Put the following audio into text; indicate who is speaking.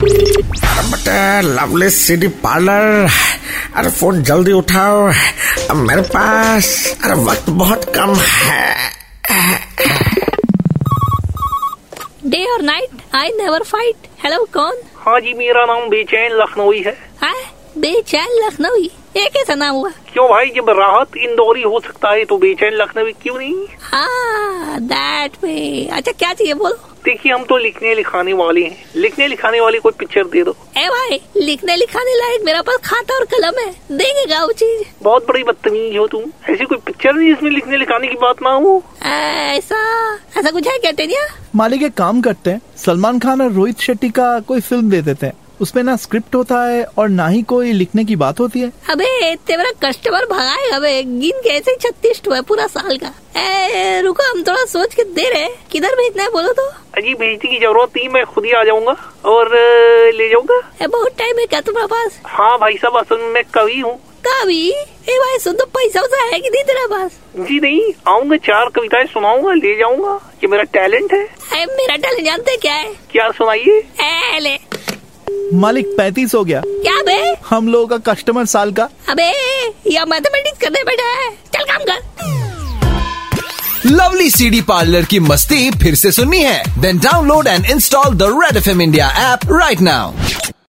Speaker 1: अरे बटे lovely city parlour अरे फोन जल्दी उठाओ अब मेरे पास अरे वक्त बहुत कम है
Speaker 2: डे और night I never fight hello कौन हाँ,
Speaker 3: हाँ जी मेरा नाम बेचैन लखनऊ है
Speaker 2: है बेचैन लखनऊ ये कैसा नाम हुआ
Speaker 3: क्यों भाई जब राहत इंदौरी हो सकता है तो बेचैन लखनवी क्यों नहीं
Speaker 2: हाँ दैट वे अच्छा क्या चाहिए बोलो
Speaker 3: देखिए हम तो लिखने लिखाने वाले हैं लिखने लिखाने वाली कोई पिक्चर दे दो
Speaker 2: ए भाई लिखने लिखाने लायक मेरा पास खाता और कलम है देंगे गाँव चीज
Speaker 3: बहुत बड़ी बदतमीज हो तुम ऐसी कोई पिक्चर नहीं जिसमें लिखने लिखाने की बात ना हो
Speaker 2: ऐसा ऐसा कुछ है क्या टेनिया
Speaker 4: मालिक एक काम करते हैं सलमान खान और रोहित शेट्टी का कोई फिल्म दे देते हैं उसमें ना स्क्रिप्ट होता है और ना ही कोई लिखने की बात होती है
Speaker 2: अबे तेरा कस्टमर भगाएगा बे गिन के ऐसे ही छत्तीस हुआ पूरा साल का ए रुको हम थोड़ा सोच के दे रहे हैं। किधर भेजना है बोलो तो
Speaker 3: अजी भेजने की जरूरत नहीं मैं खुद ही आ जाऊंगा और अ, ले जाऊंगा
Speaker 2: ए बहुत टाइम है क्या तुम्हारे पास
Speaker 3: हाँ भाई साहब असल में मैं कवि हूँ
Speaker 2: कभी ए भाई सुन तो पैसा वैसा है कि नहीं तेरे पास
Speaker 3: जी नहीं आऊंगा चार कविताएं सुनाऊंगा ले जाऊंगा ये मेरा टैलेंट है
Speaker 2: ए मेरा टैलेंट जानते हैं क्या है
Speaker 3: क्या सुनाइए
Speaker 2: ए ले
Speaker 4: मालिक पैंतीस हो गया
Speaker 2: क्या बे
Speaker 4: हम लोगों का कस्टमर साल का
Speaker 2: अबे या मैथमेटिक्स करने बैठा है चल काम कर
Speaker 5: लवली सीडी पार्लर की मस्ती फिर से सुननी है then download and install the red F India app right now